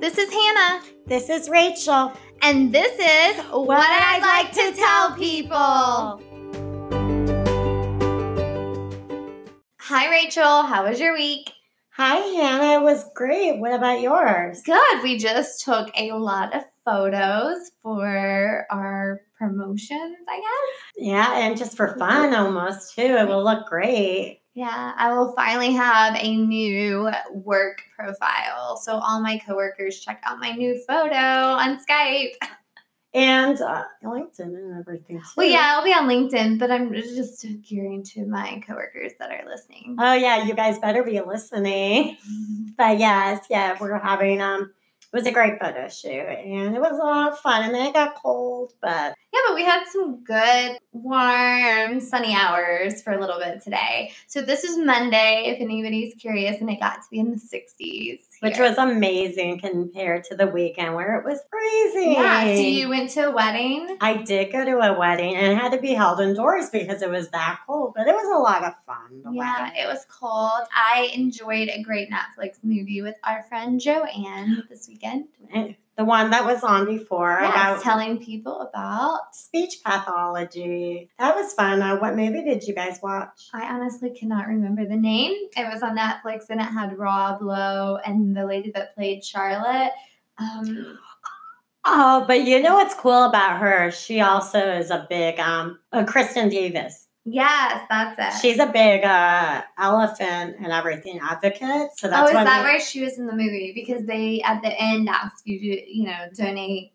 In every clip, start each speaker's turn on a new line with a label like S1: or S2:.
S1: This is Hannah.
S2: This is Rachel.
S1: And this is What, I'd Like to Tell People. Hi, Rachel. How was your week?
S2: Hi, Hannah. It was great. What about yours?
S1: Good. We just took a lot of photos for our promotions, I guess.
S2: Yeah, and just for fun almost too. It will look great.
S1: Yeah, I will finally have a new work profile. So all my coworkers check out my new photo on Skype.
S2: And uh, LinkedIn and everything. Too.
S1: Well, yeah, I'll be on LinkedIn, but I'm just gearing to my coworkers that are listening.
S2: Oh yeah, you guys better be listening. But yes, yeah, we're having um it was a great photo shoot and it was a lot of fun and then it got cold but
S1: Yeah, but we had some good, warm, sunny hours for a little bit today. So this is Monday, if anybody's curious, and it got to be in the 60s. here.
S2: which was amazing compared to the weekend where it was freezing
S1: Yeah, so you went to a wedding.
S2: I did go to a wedding and it had to be held indoors because it was that cold, but it was a lot of fun. The
S1: Yeah,
S2: wedding.
S1: it was cold. I enjoyed a great Netflix movie with our friend Joanne this weekend.
S2: And the one that was on before
S1: Yes,
S2: about
S1: telling people about.
S2: speech pathology. That was fun. Uh, what movie did you guys watch?
S1: I honestly cannot remember the name. It was on Netflix and it had Rob Lowe and the lady that played Charlotte. Um,
S2: Oh, but you know what's cool about her? She also is a big um uh, Kristen Davis.
S1: yes, that's it.
S2: She's a big uh, elephant and everything advocate. So
S1: oh,
S2: that's
S1: is
S2: what
S1: that where she was in the movie? Because they at the end asked you to, you know, donate.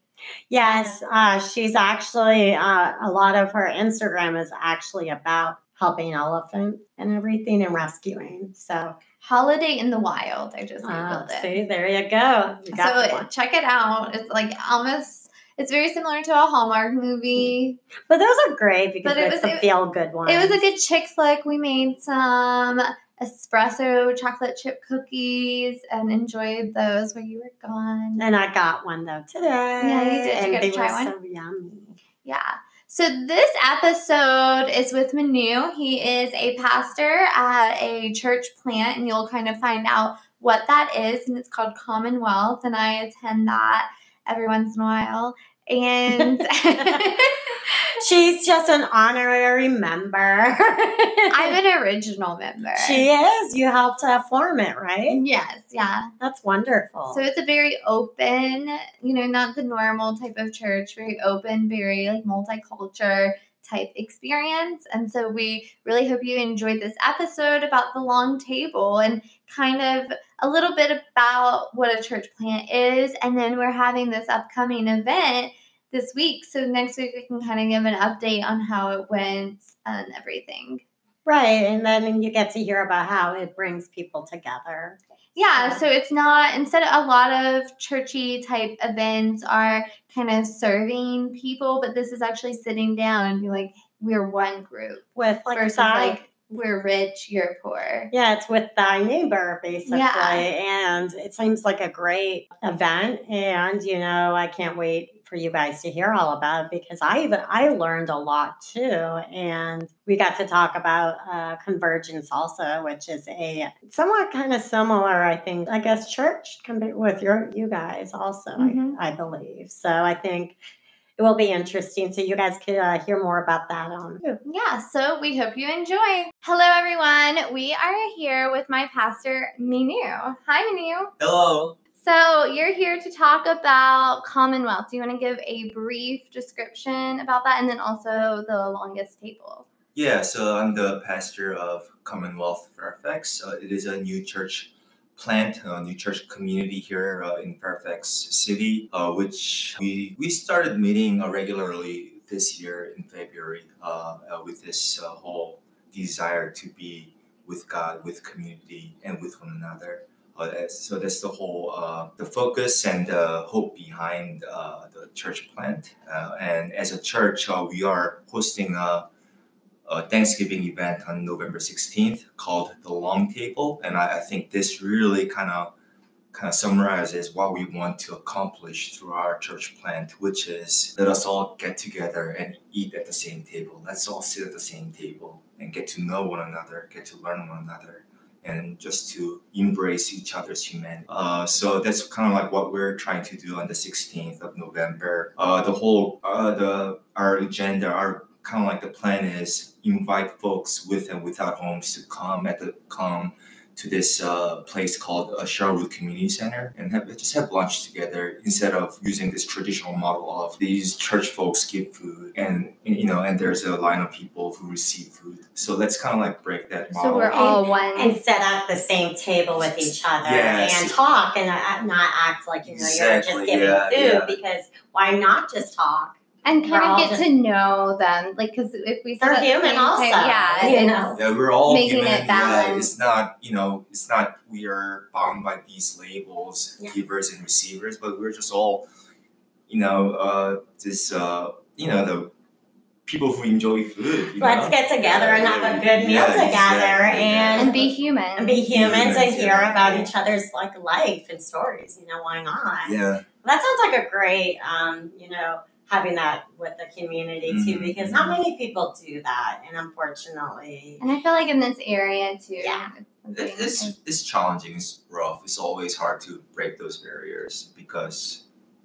S2: Yes, uh, she's actually uh, a lot of her Instagram is actually about helping elephants and everything and rescuing. So,
S1: Holiday in the Wild. I just
S2: uh,
S1: googled it.
S2: see, there you go. You got the
S1: so
S2: one.
S1: check it out. It's like almost. It's very similar to a Hallmark movie.
S2: but those are great because
S1: But it
S2: it's
S1: was-
S2: a
S1: it-
S2: feel good one.
S1: It was a good chick flick. We made some espresso chocolate chip cookies and enjoyed those while you were gone.
S2: and I got one though today.
S1: Yeah, you did. You
S2: And
S1: got to
S2: they
S1: try
S2: were
S1: one?
S2: so yummy.
S1: Yeah. So this episode is with Manu. He is a pastor at a church plant, and you'll kind of find out what that is. And it's called Commonwealth, and I attend that every once in a while. And
S2: She's just an honorary member. I'm
S1: I'm an original member.
S2: she is. You helped uh, form it, right?
S1: Yes, yeah.
S2: That's wonderful.
S1: Mm-hmm. So it's a very open, you know, not the normal type of church, very open, very like multicultural type experience. And so we really hope you enjoyed this episode about the long table and kind of a little bit about what a church plant is. And then we're having this upcoming event this week. So next week we can kind of give an update on how it went and everything.
S2: Right, and then you get to hear about how it brings people together.
S1: Yeah,
S2: Yeah.
S1: so it's not instead a lot of churchy type events are kind of serving people, but this is actually sitting down and be like, we're one group
S2: with like
S1: versus
S2: thy,
S1: like we're rich, you're poor.
S2: yeah, it's with thy neighbor basically,
S1: Yeah.
S2: and it seems like a great event. And you know, I can't wait for you guys to hear all about it because I even I learned a lot too, and we got to talk about uh, convergence also, which is a somewhat kind of similar, I think, I guess church compared with your you guys also,
S1: Mhm.
S2: I, I believe. So I think. It will be interesting. So you guys could uh, hear more about that on
S1: Yeah, so we hope you enjoy. Hello everyone. We are here with my pastor Minu. Hi Minu.
S3: Hello.
S1: So you're here to talk about Commonwealth. Do you want to give a brief description about that and then also the longest table?
S3: Yeah, so I'm the pastor of Commonwealth Fairfax. Uh, it is a new church plant, a new church community here uh, in Fairfax City, uh, which we, we started meeting uh, regularly this year in February uh, uh, with this uh, whole desire to be with God, with community, and with one another. Uh, that's, so that's the whole uh, the focus and the hope behind uh, the church plant. Uh, and as a church, uh, we are hosting a a Thanksgiving event on November 16th called The Long Table. And I, I think this really kind of kind of summarizes what we want to accomplish through our church plant, which is let us all get together and eat at the same table. Let's all sit at the same table and get to know one another, get to learn one another, and just to embrace each other's humanity. Uh, so that's kind of like what we're trying to do on the 16th of November. Uh, the whole uh, the our agenda, our kind of like the plan is invite folks with and without homes to come at the come to this uh, place called uh, Sherwood Community Center and have, just have lunch together instead of using this traditional model of these church folks give food and you know and there's a line of people who receive food. So let's kind of like break that model.
S1: So we're all one.
S2: and set up the same table with each other
S3: Yes.
S2: and talk and uh, not act like you know you're
S3: Exactly,
S2: just giving
S3: yeah,
S2: food
S3: yeah.
S2: because why not just talk?
S1: and
S2: We're
S1: kind
S2: all
S1: of get
S2: just-
S1: to know them, like because if we
S2: They're
S1: set up
S2: human
S1: same
S2: also,
S1: yeah,
S2: you
S1: it's-
S2: know.
S3: yeah, we're all
S1: Making
S3: human.
S1: it
S3: Yeah,
S1: balanced.
S3: it's not you know it's not we are bound by these labels,
S2: Yeah.
S3: givers and receivers, but we're just all you know uh, this uh, you know the people who enjoy food. You
S2: Let's
S3: know?
S2: get together and have a good meal
S3: Yeah,
S2: together
S3: exactly.
S2: and,
S1: and be human.
S2: and be humans and hear
S3: Yeah.
S2: about each other's like life and stories. You know why not?
S3: Yeah,
S2: That sounds like a great, um, you know, having that with the community too,
S3: Mhm.
S2: because not many people do that, and unfortunately,
S1: and I feel like in this area too.
S2: Yeah.
S1: it's
S3: it,
S1: something-
S3: it's it's challenging. It's rough. It's always hard to break those barriers because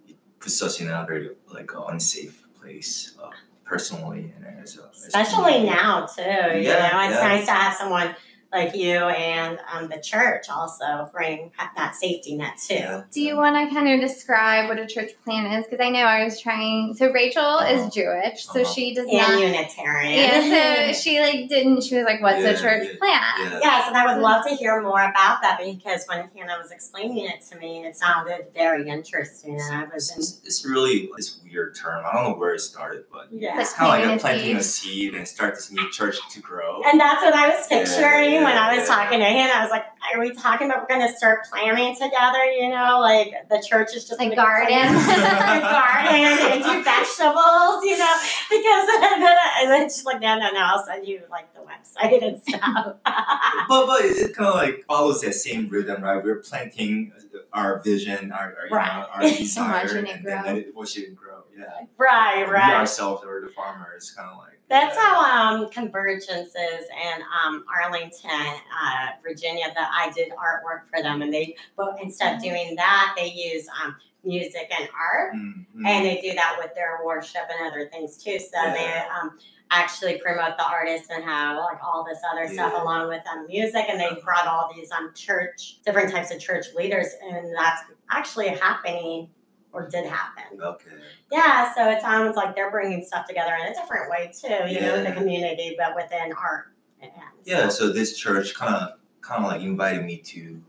S3: it puts us in a very like unsafe place uh, personally and as a as a
S2: especially
S3: community.
S2: now too. you
S3: Yeah,
S2: know, it's
S3: yeah.
S2: nice to have someone like you and um, the church also bring that safety net too.
S3: Yeah.
S1: Do you want to kind of describe what a church plan is? Because I know I was trying. So Rachel
S3: Uh-huh.
S1: is Jewish, so
S3: Uh-huh.
S1: she does
S2: And
S1: not.
S2: Unitarian.
S1: Yeah, so she like didn't. She was like, "What's
S3: Yeah,
S1: a church
S3: yeah,
S1: plan?"
S3: Yeah.
S2: Yes, and I would love to hear more about that because when Hannah was explaining it to me, it sounded very interesting. And I was in,
S3: It's, it's really this weird term. I don't know where it started, but
S2: yeah.
S1: Like
S3: it's kind of like
S1: planting
S3: you're
S1: a
S3: planting a seed and start this new church to grow.
S2: And that's what I was picturing
S3: Yeah,
S2: when I was
S3: yeah.
S2: talking to Hannah. I was like, are we talking about we're going to start planning together? You know, like the church is just
S1: Like
S2: gonna be
S1: garden.
S2: a garden and do vegetables, you know, because and then, I- and then she's like, no, no, no, I'll send you like the website and stuff.
S3: But but it kind of like follows that same rhythm, right? We're planting uh, our vision, our our, you know,
S2: Right.
S3: our
S2: And
S3: desire,
S1: watching it
S3: and then
S1: grow.
S3: let it watch it grow. Yeah,
S2: right,
S3: we
S2: right.
S3: ourselves are the farmers, kind of like
S2: That's
S3: yeah.
S2: how um, Convergence is in um, Arlington, uh, Virginia, that I did artwork for them. And they, but instead of doing that, they use um, music and art.
S3: Mm, mm.
S2: And they do that with their worship and other things too. So they
S3: Yeah.
S2: um, actually promote the artists and have like all this other
S3: Yeah. Uh-huh.
S2: stuff along with um, music. And they brought all these um, church, different types of church leaders. And that's actually happening or did happen.
S3: okay,
S2: Yeah, so it sounds like they're bringing stuff together in a different way too, you know, with the
S3: Yeah.
S2: community, but within art. and-
S3: yeah. So this church kind of kind of like invited me to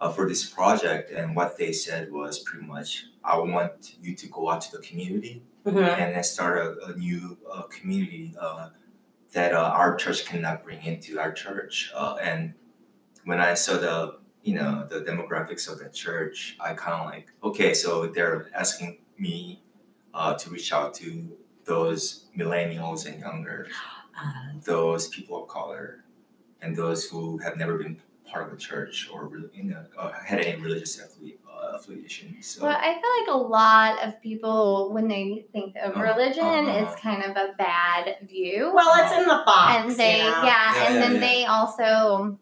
S3: uh, for this project, and what they said was pretty much, I want you to go out to the community
S2: Mhm.
S3: and then start a, a new uh, community uh, that uh, our church cannot bring into our church. Uh, and when I saw the you know the demographics of that church, I kind of like okay, so they're asking me uh, to reach out to those millennials and younger,
S2: Uh,
S3: those people of color, and those who have never been part of the church or re- you know uh, had any religious affili- uh, affiliation. So
S1: Well, I feel like a lot of people, when they think of
S3: Uh,
S1: religion,
S3: uh-huh.
S1: it's kind of a bad view.
S2: well, it's in the box.
S1: and they,
S2: you know?
S1: yeah,
S3: Yeah,
S1: and
S3: yeah,
S1: then
S3: yeah.
S1: they also,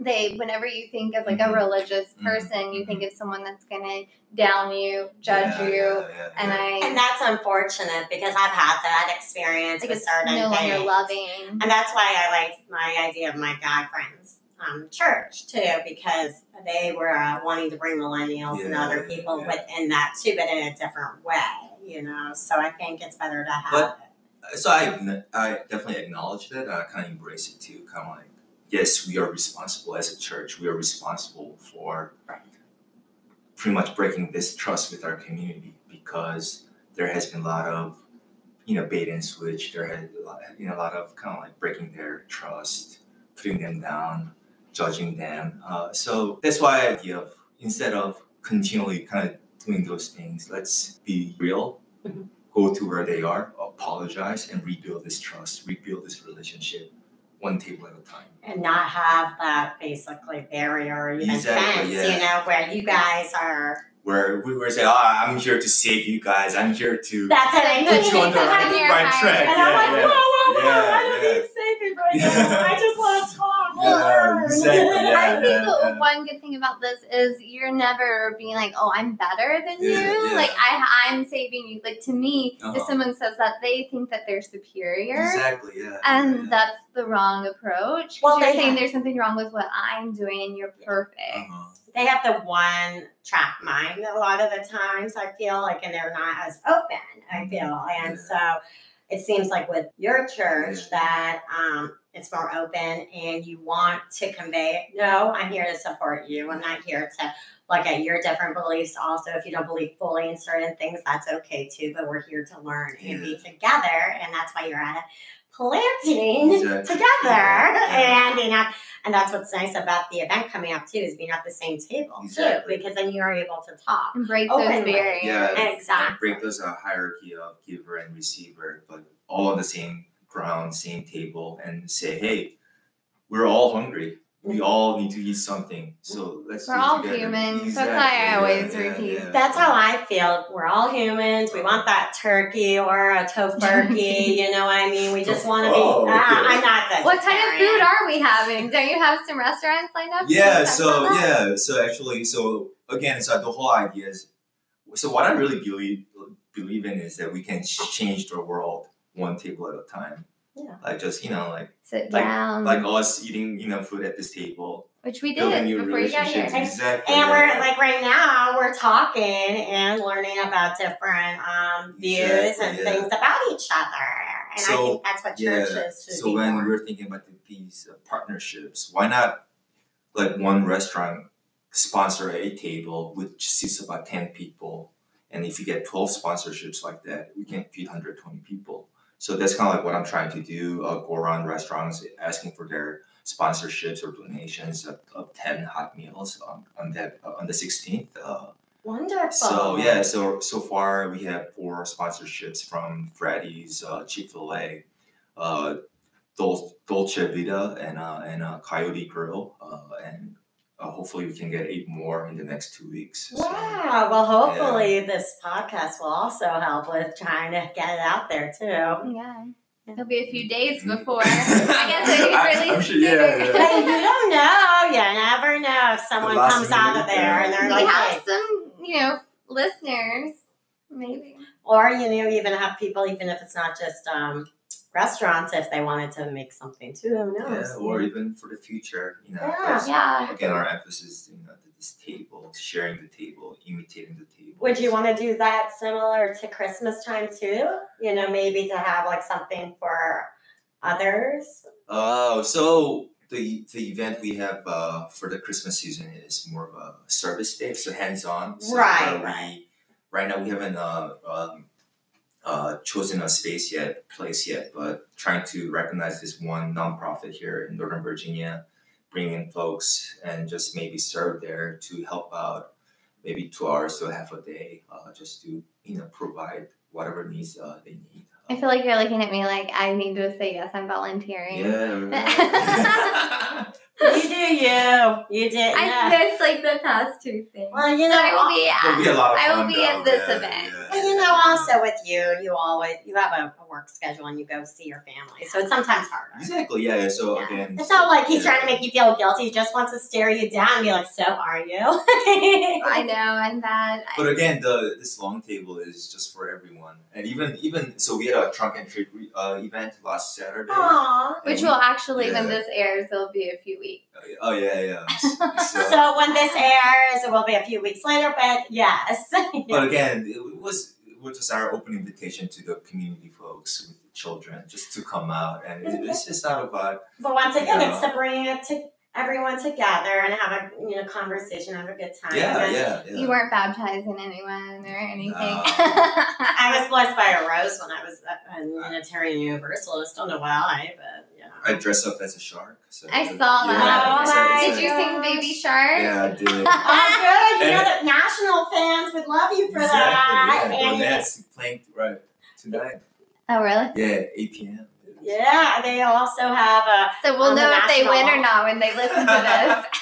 S1: they, whenever you think of like
S3: Mhm.
S1: a religious
S3: Mhm,
S1: person, you think of someone that's gonna down you, judge
S3: yeah,
S1: you,
S3: yeah, yeah,
S1: and
S3: yeah.
S1: I
S2: And that's unfortunate because I've had that experience
S1: like
S2: with
S1: it's
S2: certain
S1: no longer
S2: things.
S1: loving.
S2: And that's why I liked my idea of my guy friends um, church too, because they were uh, wanting to bring millennials and
S3: Yeah,
S2: other people
S3: yeah.
S2: within that too, but in a different way, you know. So I think it's better to have
S3: But- so I, acknow- I definitely acknowledge that and I kind of embrace it too. Kind of like, yes, we are responsible as a church. We are responsible for pretty much breaking this trust with our community because there has been a lot of, you know, bait and switch. There had a lot, you know, a lot of kind of like breaking their trust, putting them down, judging them. Uh, so that's why I idea of instead of continually kind of doing those things, let's be real go to where they are, apologize, and rebuild this trust, rebuild this relationship, one table at a time.
S2: and not have that basically barrier or even
S3: Exactly,
S2: fence,
S3: yeah.
S2: you know, where you guys are.
S3: Where we were saying, "Ah, I'm here to save you guys. I'm here to
S2: That's what I mean.
S3: put you on the
S1: It's
S3: right,
S1: on your
S3: right
S1: mind.
S3: track."
S2: and I'm like, whoa,
S3: Yeah,
S2: whoa, whoa!
S3: Yeah,
S2: I don't
S3: yeah.
S2: need saving right now. I just want to talk.
S3: Yeah, exactly.
S1: I
S3: Yeah,
S1: think
S3: yeah,
S1: the
S3: yeah.
S1: one good thing about this is you're never being like, "Oh, I'm better than
S3: Yeah,
S1: you."
S3: yeah.
S1: Like I, I'm saving you. Like to me,
S3: Uh-huh.
S1: if someone says that, they think that they're superior,
S3: Exactly. Yeah.
S1: and
S3: yeah.
S1: that's the wrong approach. 'cause
S2: Well,
S1: you're
S2: they
S1: saying
S2: have-
S1: there's something wrong with what I'm doing, and you're perfect.
S3: Uh-huh.
S2: they have the one track mind a lot of the times i feel like and they're not as open i feel and so it seems like with your church that um, it's more open and you want to convey no i'm here to support you i'm not here to look at your different beliefs also if you don't believe fully in certain things that's okay too but we're here to learn and be together and that's why you're at a planting
S3: Exactly.
S2: together
S3: Yeah.
S2: and being at and that's what's nice about the event coming up too is being at the same table
S3: Exactly.
S2: too because then you're able to talk
S1: And break those
S2: Openly.
S1: barriers.
S3: Yeah. and
S2: Exactly.
S3: Break those uh, hierarchy of giver and receiver, but all on the same ground, same table, and say, hey, we're all hungry. We all need to eat something. So let's
S1: Mm-hmm. We're
S3: do it
S1: all
S3: together.
S1: humans. That's
S3: Exactly,
S1: why I
S3: yeah,
S1: always
S3: yeah,
S1: repeat.
S3: yeah.
S2: that's how i feel we're all humans we want that turkey or a tofurkey you know what i mean we just want to be
S3: Oh, okay.
S2: Ah, i'm not vegetarian.
S1: What kind of food are we having? Don't you have some restaurants lined up?
S3: yeah
S1: Talk
S3: so
S1: about that.
S3: yeah so actually so again so the whole idea is so what i really believe believe in is that we can ch- change the world one table at a time
S2: Yeah.
S3: like just you know like
S1: Sit
S3: like-
S1: down,
S3: like us eating you know food at this table
S1: which Mm. we
S3: building
S1: did
S3: new
S1: before you got
S3: relationships
S1: here.
S3: exactly
S2: and
S3: yeah.
S2: we're like right now we're talking and learning about different um, views and
S3: Exactly, yeah.
S2: things about each other and
S3: So,
S2: i think that's what
S3: yeah,
S2: churches should
S3: so
S2: be
S3: when
S2: more.
S3: we're thinking about the, these uh, partnerships why not like one restaurant sponsor a table which seats about 10 people and if you get 12 sponsorships like that we can feed 120 people so that's kind of like what i'm trying to do uh, go around restaurants asking for their sponsorships or donations of, of 10 hot meals on, on that on the 16th uh,
S2: wonderful
S3: so yeah, so so far we have four sponsorships from Freddy's, uh, Chick Fil A, uh, Dol- Dolce Vita, and uh, and uh, Coyote Grill, uh, and uh, hopefully we can get eight more in the next two weeks. So,
S2: Wow. Well, hopefully this podcast will also help with trying to get it out there too.
S1: Yeah. It'll be a few days
S3: Mm.
S1: before. I guess it
S3: I-
S1: really
S3: I'm sure- yeah,
S1: soon.
S2: But you don't know. You never know if someone
S3: last
S2: comes out of
S3: minute,
S2: there and
S3: yeah.
S2: they're
S1: we
S2: like,
S1: have
S2: hey.
S1: some, you know, listeners. Maybe.
S2: or you know, even have people, even if it's not just um, restaurants, if they wanted to make something too. Who knows?
S3: Yeah, or even for the future, you know.
S2: Yeah.
S3: that's-
S1: Yeah.
S3: Again, our emphasis, you know, to this table, sharing the table, imitating the table.
S2: Would you want to do that similar to Christmas time too? You know, maybe to have like something for others.
S3: Oh, so the the event we have uh, for the Christmas season is more of a service day, so hands on. So,
S2: Right,
S3: uh, we-
S2: right.
S3: Right now we haven't uh, um, uh, chosen a space yet, place yet, but trying to recognize this one nonprofit here in Northern Virginia, bring in folks and just maybe serve there to help out, maybe two hours to half a day, uh, just to you know provide whatever needs uh, they need.
S1: I feel like you're looking at me like I need to say yes, I'm volunteering.
S3: yeah. right.
S2: You do you. You did.
S1: I missed like the past two things.
S2: well, you know,
S1: I will be
S3: It'll
S1: at
S3: be a lot of
S1: I will
S3: fun,
S1: be at
S3: though.
S1: this
S3: Yeah,
S1: event.
S3: yeah.
S2: But you know, also with you, you always you have a, a work schedule and you go see your family, so it's sometimes harder.
S3: Exactly. Yeah. yeah, So
S2: Yeah.
S3: again,
S2: It's not like he's
S3: yeah.
S2: trying to make you feel guilty; he just wants to stare you down and be like, "So are you?"
S1: I know, I'm bad. I-
S3: But again, the this long table is just for everyone, and even even so, we had a trunk and treat re- uh, event last Saturday.
S2: Aww.
S1: which will actually when
S3: Yeah.
S1: this airs it'll be a few weeks.
S3: Oh yeah, yeah. So,
S2: So when this airs, it will be a few weeks later, but yes.
S3: but again, it was it was just our open invitation to the community folks with the children just to come out, and it,
S2: Mm-hmm.
S3: it's just not about
S2: But once again,
S3: Yeah.
S2: it's to bring it to everyone together and have a you know conversation, have a good time.
S3: yeah,
S2: And
S3: yeah, yeah.
S1: You weren't baptizing anyone or anything.
S3: No.
S2: I was blessed by a rose when I was a Unitarian Universalist. Don't know why, but you know.
S3: I dress up as a shark. So
S1: I
S3: yeah,
S1: saw
S2: Oh
S1: that.
S2: my
S3: Yeah,
S1: Did you sing
S2: gosh.
S1: Baby Shark?
S3: yeah, I
S2: Oh,
S3: did.
S2: good. You know
S3: And-
S2: that national fans would love you for
S3: exactly.
S2: that.
S3: Yeah,
S2: And-
S3: Burnett's playing right tonight.
S1: Oh really?
S3: Yeah, 8 p.m.
S2: yeah, they also have a
S1: So we'll
S2: On the
S1: know if they
S2: national.
S1: win or not when they listen to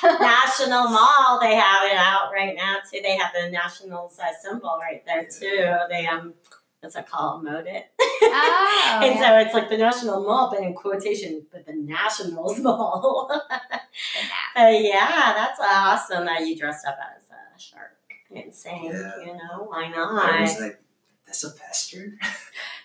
S1: this.
S2: national mall. They have it out right now too. They have the nationals uh, symbol right there too. They um That's a call mode it.
S1: Oh,
S2: and
S1: yeah.
S2: so it's like the National Mall, but in quotation, but the Nationals Mall. But yeah, that's awesome that you dressed up as a shark and sang,
S3: Yeah.
S2: you know, why
S3: I
S2: not?
S3: was like, that's a pastor?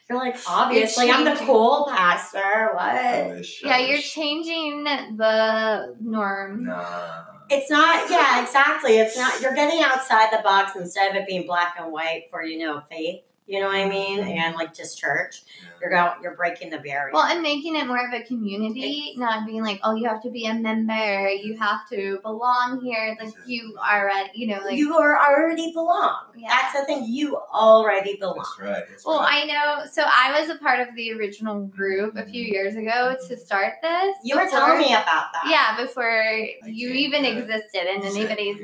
S2: You're like, obviously, I'm the
S1: changing.
S2: cool pastor. What?
S3: I wish.
S1: Yeah,
S3: I
S1: you're
S3: wish.
S1: changing the norm.
S3: Nah.
S2: It's not, yeah, exactly. It's not, you're getting outside the box instead of it being black and white for, you know, faith. You know what I mean? And like just church,
S3: Yeah.
S2: you're going, you're breaking the barrier.
S1: Well, and making it more of a community, not being like, oh, you have to be a member, you have to belong here, like you are at, you know, like.
S2: you are already belong.
S1: Yeah.
S2: That's the thing. You already belong.
S3: That's right. That's
S1: well,
S3: right.
S1: I know. So I was a part of the original group a few years ago to start this.
S2: Mm-hmm. You were
S1: before-
S2: telling me about that.
S1: Yeah, before you
S3: can't,
S1: even
S3: uh,
S1: existed in anybody's
S3: exactly.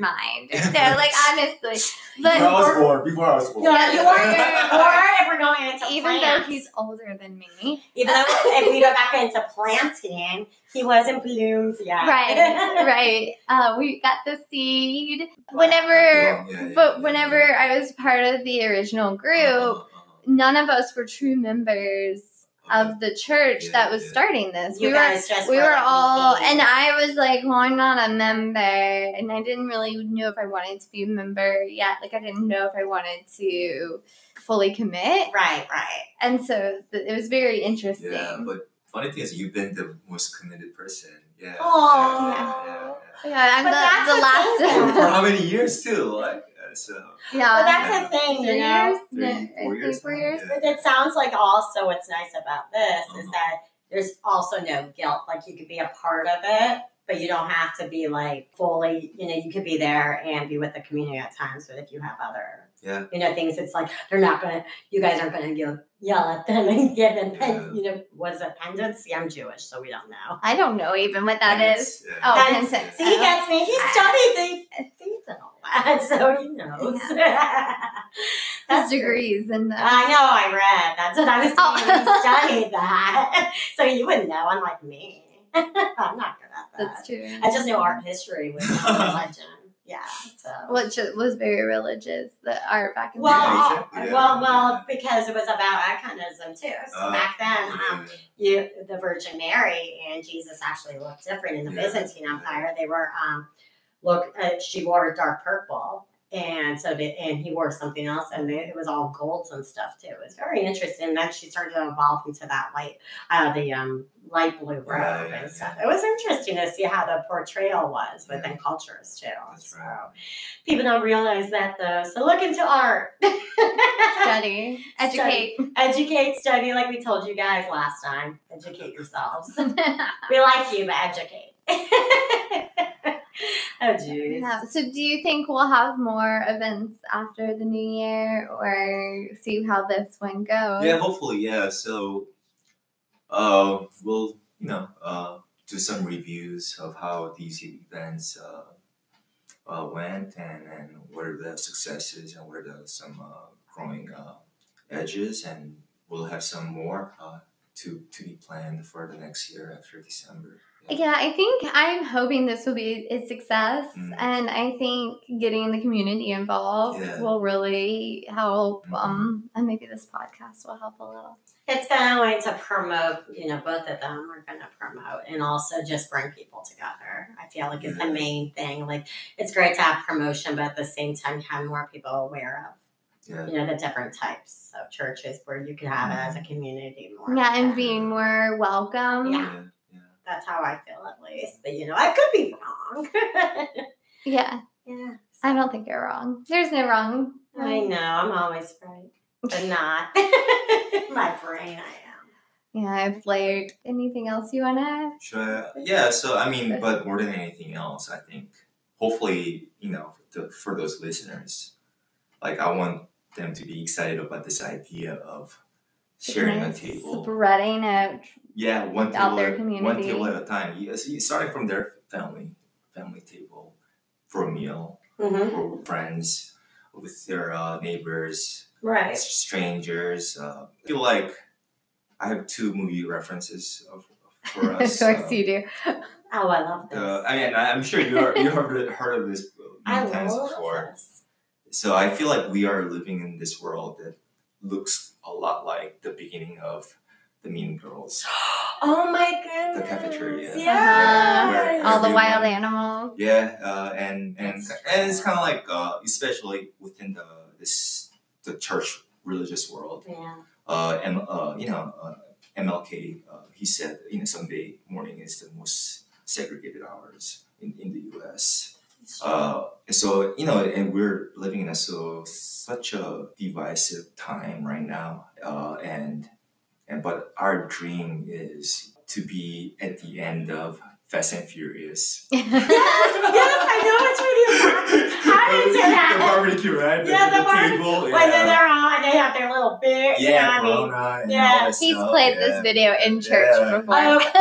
S1: mind. So, like, honestly,
S3: Before I
S1: but
S2: Well,
S3: was born. Before I was born.
S2: No, you
S1: Yeah.
S2: are. Or if we're going into
S1: even though
S2: plants,
S1: he's older than me,
S2: even though if we go back into planting, he wasn't bloomed yet.
S1: right, right, uh, we got the seed whenever.
S3: Yeah, yeah,
S1: But
S3: yeah,
S1: whenever
S3: yeah.
S1: I was part of the original
S3: Uh-huh,
S1: group,
S3: uh-huh,
S1: none of us were true members
S3: uh-huh.
S1: of the church that was
S3: Yeah.
S1: starting this.
S2: You
S1: we were
S2: guys just
S1: we were
S2: like
S1: all
S2: meeting.
S1: and I was like, well, I'm not a member and I didn't really know if I wanted to be a member yet. Like I didn't know if I wanted to fully commit.
S2: right, right.
S1: And so th- it was very interesting.
S3: Yeah, but funny thing is, you've been the most committed person. Yeah.
S2: Aw.
S3: yeah, yeah, yeah,
S1: Yeah, I'm
S2: But that's the
S1: the, the
S2: thing,
S3: yeah. For
S1: last
S3: how many years too? Like uh, so.
S2: But
S1: Yeah.
S2: that's the thing, you
S1: Three
S2: know.
S1: years? No,
S3: Three, four
S1: three,
S3: years
S1: four
S3: now,
S1: years?
S3: yeah.
S2: But it sounds like also what's nice about this is
S3: Uh-huh.
S2: that there's also no guilt. Like you could be a part of it, but you don't have to be like fully. You know, you could be there and be with the community at times. But if you have other,
S3: Yeah.
S2: you know, things, it's like they're not gonna. You guys aren't gonna yell yell at them and give them.
S3: Yeah.
S2: You know, what is it? Pendency. I'm Jewish, so we don't know.
S1: I don't know even what that
S3: And
S1: is.
S3: it's, yeah.
S1: Oh,
S2: That's-
S1: penitence.
S2: See, he gets me. He studied the faith and all that, so he knows.
S1: His
S2: That's Uh,
S1: degrees and the,
S2: I know I read. That's what I was
S1: Oh.
S2: saying. You studied that. So you wouldn't know, unlike me. I'm not good at that.
S1: that's true.
S2: I just knew art history was my religion. Yeah. So
S1: Which was very religious, the art back in
S2: well,
S1: the day.
S2: uh,
S3: exactly, yeah.
S2: well, well, because it was about iconism too. So
S3: Uh,
S2: back then, um,
S3: Yeah,
S2: you, the Virgin Mary and Jesus actually looked different in the
S3: Yeah.
S2: Byzantine Empire. They were um, look, uh, she wore dark purple, and so did, and he wore something else, and it was all golds and stuff too. It was very interesting. Then she started to evolve into that light, uh, the um, light blue robe
S3: Yeah, yeah,
S2: and stuff. It was interesting to see how the portrayal was within cultures too.
S3: That's
S2: so
S3: right.
S2: people don't realize that though. So look into art.
S1: Study, educate.
S2: Educate, study, like we told you guys last time. Educate yourselves. we like you, but educate. oh, geez.
S1: Yeah. So, do you think we'll have more events after the new year, or see how this one goes?
S3: Yeah, hopefully, yeah. So, uh, we'll you know uh, do some reviews of how these events uh, uh, went and and what are the successes and what are the some uh, growing uh, edges, and we'll have some more uh, to to be planned for the next year after December.
S1: Yeah, I think I'm hoping this will be a success,
S3: Mm.
S1: and I think getting the community involved
S3: Yeah.
S1: will really help.
S3: Mhm.
S1: Um, and maybe this podcast will help a little.
S2: It's been a way to promote, you know, both of them are going to promote and also just bring people together. I feel like it's the
S1: Mm-hmm.
S3: Yeah.
S2: main thing. Like, it's great to have promotion, but at the same time, have more people aware
S3: Yeah.
S2: of, you know, the different types of churches where you can have it as a community more.
S1: Mm-hmm. Yeah, and being more welcome.
S2: Yeah.
S3: yeah, yeah.
S2: That's how I feel, at least. But, you know, I could be wrong.
S1: Yeah,
S2: yeah.
S1: I don't think you're wrong. There's no wrong.
S2: I know, I'm always right, but not my brain. I am.
S1: Yeah, I've layered. Anything else you want to add?
S3: Sure. Yeah. So I mean, but more than anything else, I think hopefully you know the, for those listeners, like I want them to be excited about this idea of sharing a
S1: Nice.
S3: table.
S1: Spreading it.
S3: Yeah, one
S1: Out
S3: table,
S1: there
S3: at- one
S1: community.
S3: table at a time. Yes, you- starting from their family, family table, for a meal,
S2: Mm-hmm.
S3: or with friends, with their uh, neighbors,
S2: Right.
S3: strangers. Uh, I feel like I have two movie references of, for
S1: Of
S3: us.
S1: course
S3: uh,
S1: you do.
S2: Oh, I love this.
S3: uh, I mean, I- I'm sure you are, you have heard of this many
S2: I
S3: times
S2: love
S3: before.
S2: this.
S3: So I feel like we are living in this world that looks a lot like the beginning of the Mean Girls.
S2: Oh my goodness.
S3: The cafeteria.
S2: Yeah.
S3: Where
S1: all the
S3: everyone-
S1: wild animals.
S3: Yeah, uh, and and
S2: That's
S3: and it's kind of like uh, especially within the this the church religious world.
S2: Yeah.
S3: Uh, and uh, you know, uh, MLK uh, he said you know Sunday morning is the most segregated hours in, in the U.S. Uh, so you know, and we're living in a so such a divisive time right now, uh, and and but our dream is to be at the end of Fast and Furious.
S2: Yes, yes, I know what you mean. How did you
S3: The
S2: happen?
S3: barbecue, right? The-
S2: Yeah, the barbe-
S3: table.
S2: When then
S3: yeah.
S2: they're on, they have their little beer. you know what
S3: Yeah,
S2: I mean?
S3: Corona and
S2: Yeah.
S3: all that
S1: He's
S3: stuff,
S1: played
S3: yeah.
S1: this video in church
S3: Yeah.
S1: before.
S2: Oh, oh my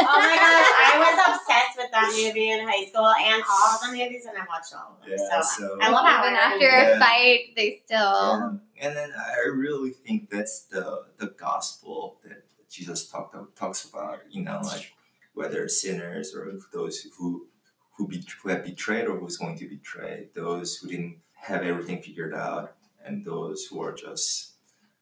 S2: gosh, I was obsessed with that movie in high school and all the movies, and I watched all of them.
S3: Yeah,
S2: so
S3: so
S2: I love how
S1: Even after
S2: everybody-
S1: a
S3: Yeah.
S1: fight, they still.
S3: Yeah. Um, And then I really think that's the the gospel that Jesus talked talks about. You know, like whether sinners or those who who, be, who have betrayed or who's going to betray, those who didn't have everything figured out, and those who are just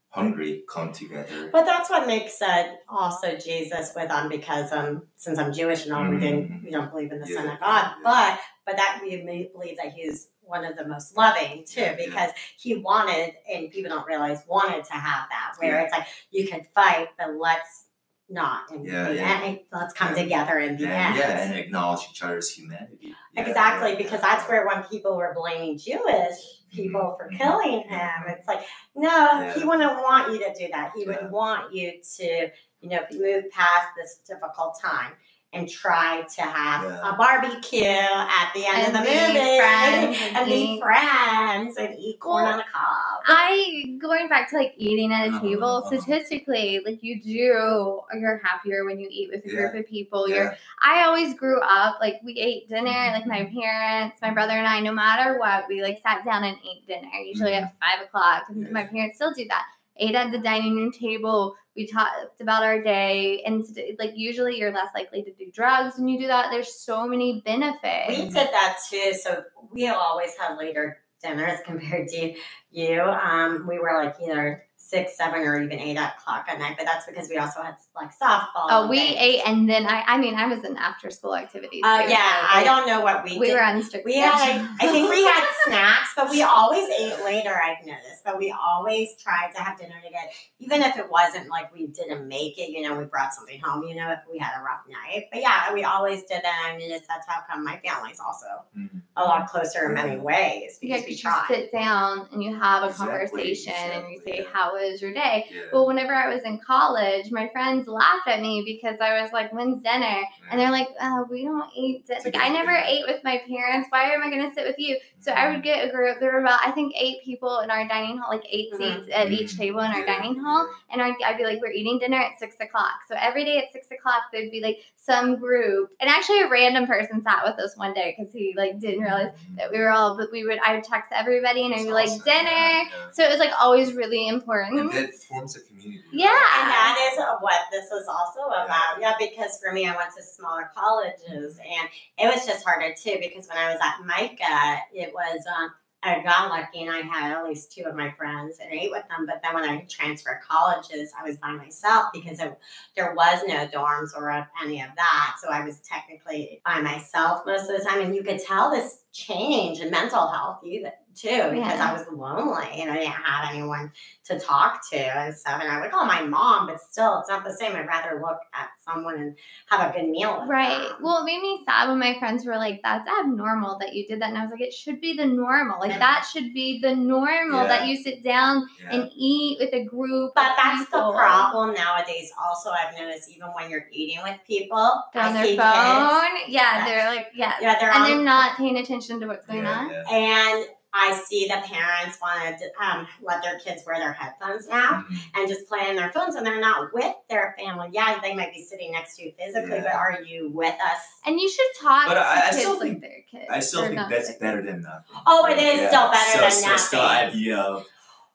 S3: hungry come together.
S2: But that's what makes uh, also Jesus with um because um since I'm Jewish and all we didn't we don't believe in the Son
S3: Mm-hmm. Yeah.
S2: of God,
S3: Yeah.
S2: but but that we may believe that he's one of the most loving too
S3: Yeah, yeah.
S2: because he wanted and people don't realize wanted to have that where
S3: Yeah.
S2: it's like you can fight but let's not and
S3: Yeah,
S2: the
S3: yeah.
S2: end- let's come
S3: Yeah.
S2: together in the
S3: and,
S2: end.
S3: yeah, and acknowledge each other's humanity. Yeah,
S2: Exactly,
S3: yeah,
S2: because
S3: yeah.
S2: that's where when people were blaming Jewish people for
S3: Mhm.
S2: killing him, it's like, no, he
S3: Yeah.
S2: wouldn't want you to do that. He would
S3: Yeah.
S2: want you to, you know, move past this difficult time and try to have
S3: Yeah.
S2: a barbecue at the end
S1: And
S2: of the
S1: be
S2: movie
S1: friends Mm-hmm. and
S2: and be
S1: eat.
S2: friends and eat corn on the cob.
S1: I going back to like eating at a
S3: Uh-huh,
S1: table.
S3: uh-huh.
S1: Statistically, like you do, you're happier when you eat with a group of people. You're
S3: Yeah,
S1: I always grew up like we ate dinner,
S2: Mm-hmm.
S1: like my parents, my brother, and I, no matter what, we like sat down and ate dinner, usually
S2: Mm-hmm.
S1: at five o'clock. And
S3: Yeah.
S1: my parents still do that. Ate at the dining room table. We talked about our day, and t- like usually you're less likely to do drugs when you do that. There's so many
S2: We
S1: benefits.
S2: did that too. So we always had later dinners compared to you. Um, we were like either six, seven, or even eight o'clock at night. But that's because we also had like softball.
S1: Oh,
S2: and
S1: we
S2: things.
S1: ate, and then I, I mean, I was in after school activities.
S2: Oh
S1: too,
S2: yeah,
S1: so,
S2: I
S1: like,
S2: don't know what we
S1: We
S2: did.
S1: were on strict.
S2: we had.
S1: schedule.
S2: like, I think we had snacks, but we always ate later. I've noticed, but we always tried to have dinner together, even if it wasn't like we didn't make it. You know, we brought something home. You know, if we had a rough night. But yeah, we always did that. I mean, it's, that's how come my family's also
S3: Mhm.
S2: a lot closer in many ways
S1: Yeah,
S2: because
S1: 'cause
S2: we
S1: you
S2: tried.
S1: sit down and you have a
S3: Exactly,
S1: conversation and you
S3: exactly,
S1: say,
S3: yeah.
S1: "How was your day?"
S3: yeah.
S1: Well, whenever I was in college, my friends laughed at me because I was like, "When's dinner?" And they're like, oh, "We don't eat." Di-. Like, I never ate with my parents. Why am I going to sit with you? So I would get a group. There were about I think eight people in our dining hall, like 8
S2: Mhm.
S1: seats at each table in our
S3: Mm-hmm. Yeah,
S1: dining hall.
S3: yeah.
S1: And I'd, I'd be like, "We're eating dinner at six o'clock." So every day at six o'clock, there'd be like some group, and actually a random person sat with us one day because he like didn't
S3: Mm-hmm.
S1: realize that we were all. But we would I would text everybody and I'd
S3: It's
S1: be like,
S3: awesome,
S1: "Dinner."
S3: yeah, yeah.
S1: So it was like always really important.
S3: And that forms a community. right?
S1: Yeah.
S2: And that is what this is also
S3: Yeah.
S2: about. Yeah, because for me, I went to smaller colleges and it was just harder too because when I was at Micah, it was, um, I got lucky and I had at least two of my friends and ate with them. But then when I transferred colleges, I was by myself because it, there was no dorms or any of that. So I was technically by myself most of the time. And you could tell this change in mental health even too because
S1: Yeah.
S2: I was lonely and I didn't have anyone to talk to and stuff. And I would call my mom, but still, it's not the same. I'd rather look at someone and have a good meal. With
S1: Right.
S2: them.
S1: Well, it made me sad when my friends were like, that's abnormal that you did that. And I was like, it should be the normal. Like, that should be the normal that
S3: Yeah.
S1: you sit down
S3: Yeah.
S1: and eat with a group.
S2: But
S1: of
S2: that's the
S1: people.
S2: problem nowadays. Also, I've noticed even when you're eating with people,
S1: They're
S2: I
S1: on their
S2: see
S1: phone. Yeah,
S2: Yes.
S1: they're like, yes.
S2: Kids, yeah, they're
S1: And
S2: on
S1: they're not paying attention to what's going on.
S3: Yeah,
S2: and I see the parents want to um, let their kids wear their headphones now
S3: Mhm.
S1: Mm-hmm.
S2: and just play on their phones, and they're not with their family. Yeah, they might be sitting next to you physically,
S3: Yeah.
S2: but are you with us?
S1: And you should talk
S3: But
S1: to
S3: I- I
S1: kids
S3: still
S1: like
S3: think-
S1: they're kids.
S3: I still
S1: Or
S3: think
S1: not
S3: that's
S1: like-
S3: better than nothing.
S2: Oh, it is
S3: Yeah.
S2: still better
S3: so,
S2: than
S3: so,
S2: nothing.
S3: So idea of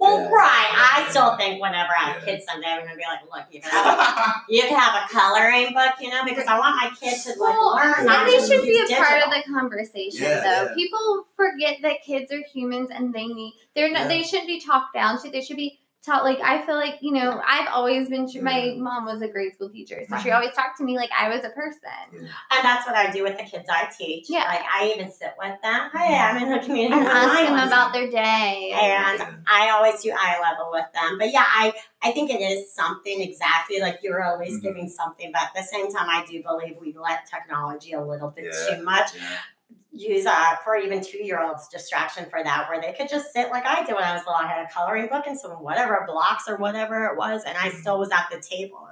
S2: Well,
S3: Yeah.
S2: right. I still think whenever I have
S3: Yeah.
S2: kids someday, I'm gonna be like, look, you can have a, you can have a coloring book, you know, because I want my kids to like
S1: Well,
S2: learn.
S3: Yeah.
S2: not
S1: And they should be a
S2: use
S1: part of
S2: digital.
S1: the conversation,
S3: Yeah,
S1: though.
S3: yeah.
S1: People forget that kids are humans and they need. They're not.
S3: Yeah.
S1: They shouldn't be talked down to. They should be taught like I feel like you know I've always been my mom was a grade school teacher so she always talked to me like I was a person
S2: And that's what I do with the kids I teach.
S1: Yeah. Oh,
S2: Like I even sit with them. Hey, I'm in the community.
S1: and
S2: with
S1: ask
S2: my
S1: them
S2: ones.
S1: about their day
S2: And
S3: Yeah.
S2: I always do eye level with them. But yeah, I, I think it is something exactly like you're always
S3: Mhm.
S2: giving something. But at the same time, I do believe we let technology a little bit
S3: Yeah.
S2: too much
S3: Yeah.
S2: use uh, for even two year olds distraction for that, where they could just sit like I did when I was little. I had a coloring book and some whatever blocks or whatever it was, and I still was at the table.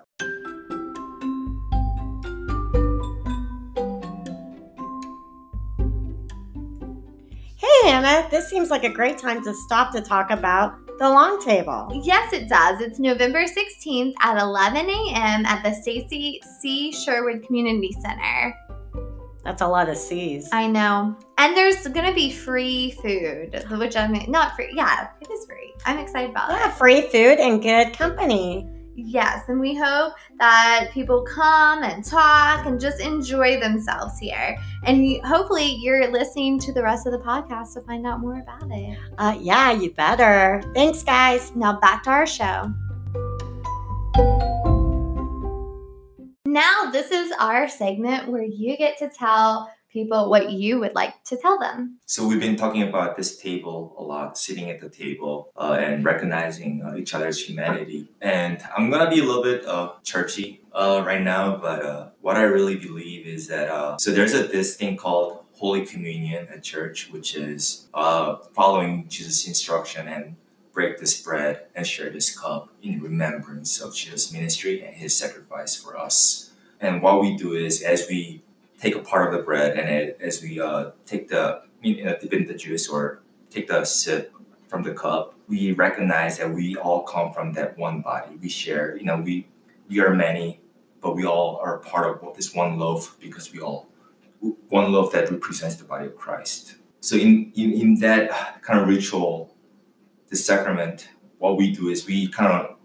S2: Hey, Anna, this seems like a great time to stop to talk about the long table.
S1: Yes, it does. It's November 16th at 11 a.m. at the Stacy C. Sherwood Community Center.
S2: That's a lot of C's.
S1: I know. And there's going to be free food, which I'm e, not free. Yeah, it is free. I'm excited about
S2: Yeah,
S1: that.
S2: free food and good company.
S1: Yes, and we hope that people come and talk and just enjoy themselves here. And you, hopefully, you're listening to the rest of the podcast to find out more about it.
S2: Uh, yeah, you better. Thanks, guys.
S1: Now, back to our show. Now, this is our segment where you get to tell people what you would like to tell them.
S3: So we've been talking about this table a lot, sitting at the table uh, and recognizing uh, each other's humanity. And I'm gonna be a little bit uh, churchy uh, right now, but uh, what I really believe is that uh, so there's a this thing called Holy Communion at church, which is uh, following Jesus' instruction and break this bread and share this cup in remembrance of Jesus' ministry and His sacrifice for us. And what we do is as we take a part of the bread and it, as we uh, take the you know, dip in the juice or take the sip from the cup, we recognize that we all come from that one body. We share, you know, we we are many, but we all are part of this one loaf because we all one loaf that represents the body of Christ. So in in, in that kind of ritual, the sacrament, what we do is we kind of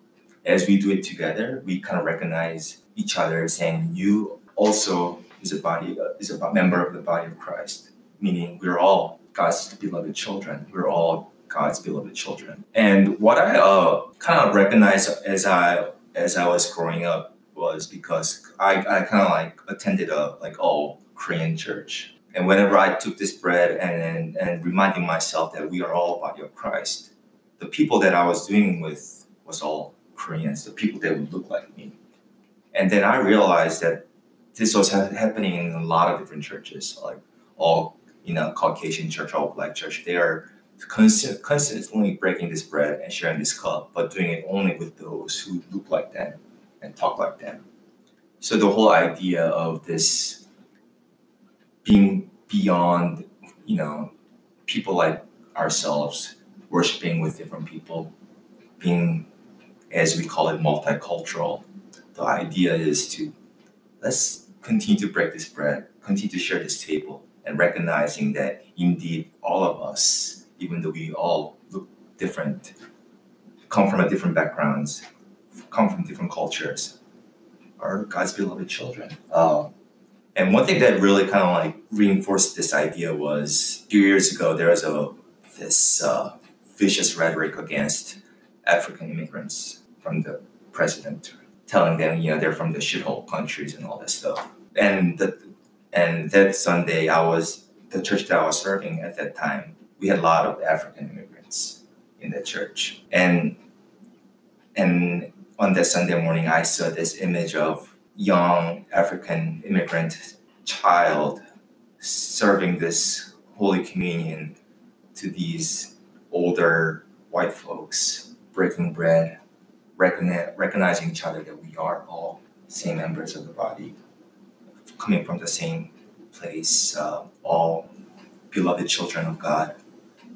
S3: as we do it together, we kind of recognize each other, saying you also is a body uh, is a member of the body of Christ meaning we're all God's beloved children. We're all God's beloved children. And what I uh, kind of recognized as I as I was growing up was because I, I kind of like attended a like all Korean church. And whenever I took this bread and, and and reminding myself that we are all body of Christ, the people that I was doing with was all Koreans, the people that would look like me. And then I realized that this was ha- happening in a lot of different churches, like all you know, Caucasian church or black church, they are constant, constantly breaking this bread and sharing this cup, but doing it only with those who look like them and talk like them. So the whole idea of this being beyond, you know, people like ourselves, worshiping with different people, being, as we call it, multicultural, the idea is to let's continue to break this bread, continue to share this table, and recognizing that indeed all of us, even though we all look different, come from a different backgrounds, come from different cultures, are God's beloved children. Um, and one thing that really kind of like reinforced this idea was a few years ago there was a this uh, vicious rhetoric against African immigrants from the president telling them, you know, they're from the shithole countries and all that stuff. And the, and that Sunday, I was the church that I was serving at that time. We had a lot of African immigrants in the church, and and on that Sunday morning, I saw this image of young African immigrant child serving this Holy Communion to these older white folks, breaking bread, recogni- recognizing each other that we are all same members of the body, coming from the same place, uh, all beloved children of God.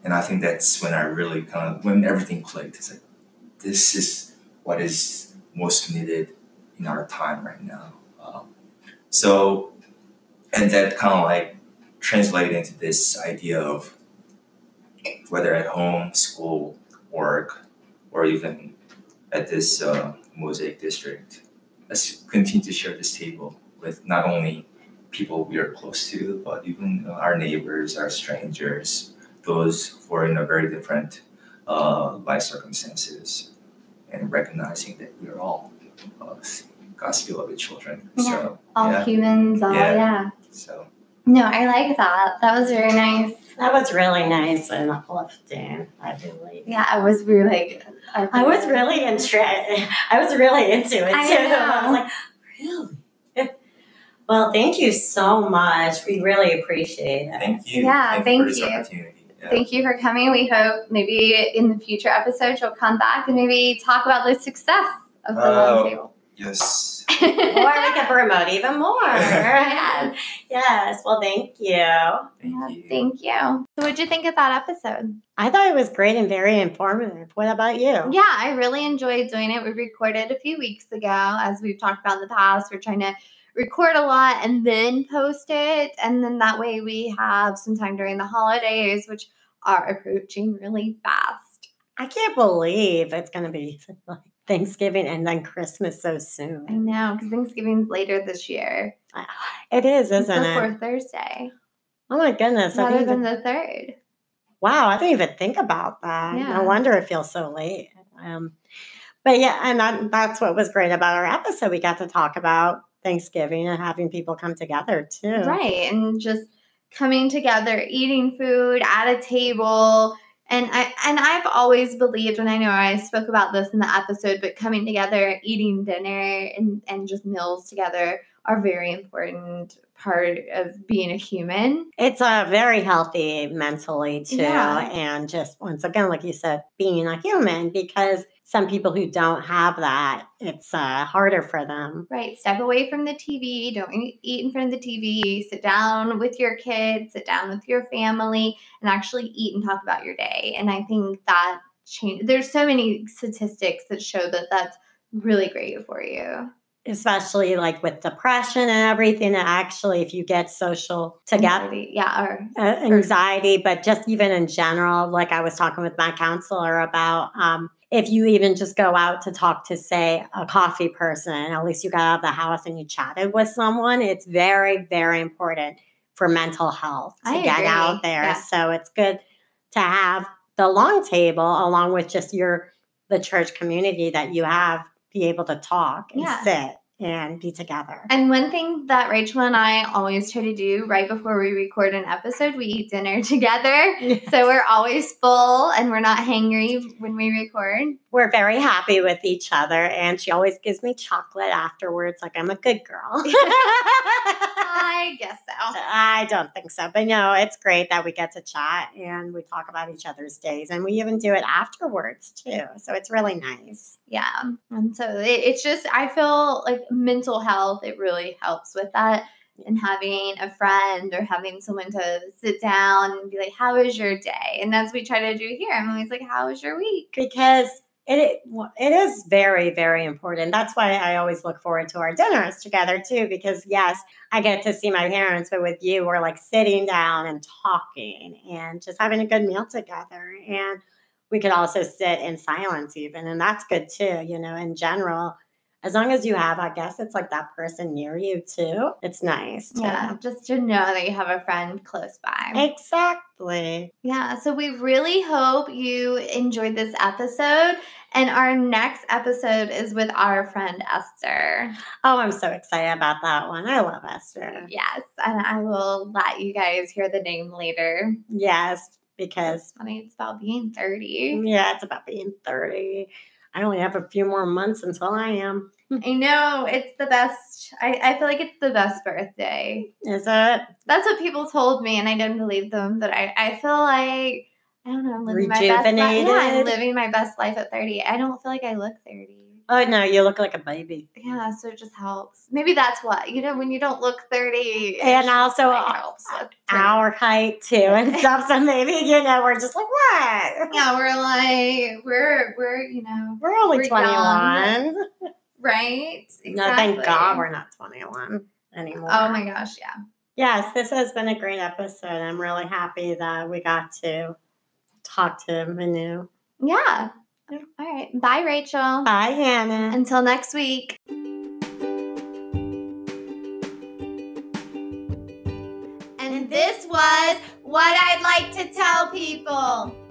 S3: And I think that's when I really kind of when everything clicked. It's like this is what is most needed in our time right now. Um, so, and that kind of like translated into this idea of whether at home, school, work, or even at this uh, mosaic district. Let's continue to share this table with not only people we are close to, but even uh, our neighbors, our strangers, those who are in a very different uh, life circumstances. and recognizing that we're all uh, God's beloved children.
S1: Yeah.
S3: So,
S1: All
S3: yeah.
S1: humans, all
S3: Yeah.
S1: yeah.
S3: So,
S1: No, I like that. That was very nice.
S2: That was really nice and uplifting. I really,
S1: Yeah, I was really like
S2: I was really into I was really into it too.
S1: I know.
S2: was like, really? well, thank you so much. We really appreciate it.
S3: thank you.
S1: Yeah,
S3: thank you.
S1: thank
S3: For this
S1: you.
S3: opportunity. Yeah.
S1: Thank you for coming. We hope maybe in the future episodes you'll come back and maybe talk about the success of the
S3: Oh.
S1: roundtable.
S3: Yes.
S2: or we can promote even more.
S1: Yes.
S2: yes. Well, thank you.
S3: Thank
S1: Yeah,
S3: you.
S1: Thank you. So, what'd you think of that episode?
S2: I thought it was great and very informative. What about you?
S1: Yeah, I really enjoyed doing it. We recorded a few weeks ago, as we've talked about in the past. We're trying to record a lot and then post it. And then that way we have some time during the holidays, which are approaching really fast.
S2: I can't believe it's going to be like Thanksgiving and then Christmas so
S1: I
S2: soon.
S1: know, because Thanksgiving's later this year.
S2: It is,
S1: It's
S2: isn't
S1: the
S2: it?
S1: fourth Thursday
S2: Oh my goodness. I
S1: rather
S2: didn't
S1: than
S2: even,
S1: the third.
S2: wow. I didn't even think about that.
S1: Yeah.
S2: No wonder it feels so late. Um, but yeah, and that, that's what was great about our episode. We got to talk about Thanksgiving and having people come together too.
S1: Right. And just coming together, eating food at a table. And I and I've always believed and I know I spoke about this in the episode, but coming together, eating dinner and, and just meals together are very important part of being a human.
S2: It's uh, very healthy mentally too,
S1: Yeah.
S2: and just once again, like you said, being a human. Because some people who don't have that, it's uh, harder for them.
S1: Right. Step away from the TV. Don't eat eat in front of the TV. Sit down with your kids, sit down with your family, and actually eat and talk about your day. And I think that change there's so many statistics that show that that's really great for you.
S2: Especially like with depression and everything. And actually, if you get social together,
S1: Anxiety, Yeah. Or
S2: uh, anxiety, but just even in general, like I was talking with my counselor about um, if you even just go out to talk to, say, a coffee person, at least you got out of the house and you chatted with someone, it's very, very important for mental health to
S1: I
S2: get
S1: agree,
S2: out there.
S1: yeah.
S2: So it's good to have the long table along with just your the church community that you have be able to talk and
S1: Yeah.
S2: sit and be together.
S1: and one thing that Rachel and I always try to do right before we record an episode, we eat dinner together. So we're always full and we're not hangry when we record.
S2: we're very happy with each other and she always gives me chocolate afterwards like i'm a good girl
S1: I guess so.
S2: i don't think so but no it's great that we get to chat and we talk about each other's days and we even do it afterwards too so it's really nice
S1: Yeah. And so it, it's just, I feel like mental health, it really helps with that. And having a friend or having someone to sit down and be like, How is your day? And that's what we try to do here. I'm always like, How was your week?
S2: because it, it is very very important that's why i always look forward to our dinners together too because yes i get to see my parents but with you we're like sitting down and talking and just having a good meal together and we could also sit in silence even and that's good too you know in general as long as you have i guess it's like that person near you too it's nice too.
S1: Yeah. Just to know that you have a friend close by.
S2: exactly
S1: Yeah, so we really hope you enjoyed this episode. And our next episode is with our friend Esther.
S2: oh i'm so excited about that one i love esther
S1: Yes, and I will let you guys hear the name later.
S2: yes because
S1: It's funny, it's about being 30.
S2: Yeah, it's about being 30. I only have a few more months until I am.
S1: I know, it's the best. I, I feel like it's the best birthday.
S2: Is it?
S1: That's what people told me, and I didn't believe them, but I, I feel like, I don't know, I'm living my best life. Yeah, I'm
S2: Rejuvenated.
S1: living my best life at 30. I don't feel like I look 30.
S2: Oh, no, you look like a baby.
S1: Yeah, so it just helps. Maybe that's what you know when you don't look thirty. it
S2: And
S1: just,
S2: also uh,
S1: like, helps with turning-
S2: Our height, too, and stuff. So maybe, you know, we're just like, what?
S1: Yeah, we're like we're we're you know
S2: We're only
S1: We're young.
S2: 21.
S1: right.
S2: No, thank God
S1: Exactly.
S2: we're not 21 anymore.
S1: Oh my gosh, yeah.
S2: Yes, this has been a great episode. I'm really happy that we got to talk to Manu.
S1: Yeah. All right. Bye, Rachel.
S2: Bye, Hannah.
S1: Until next week. And this was what I'd like to tell people.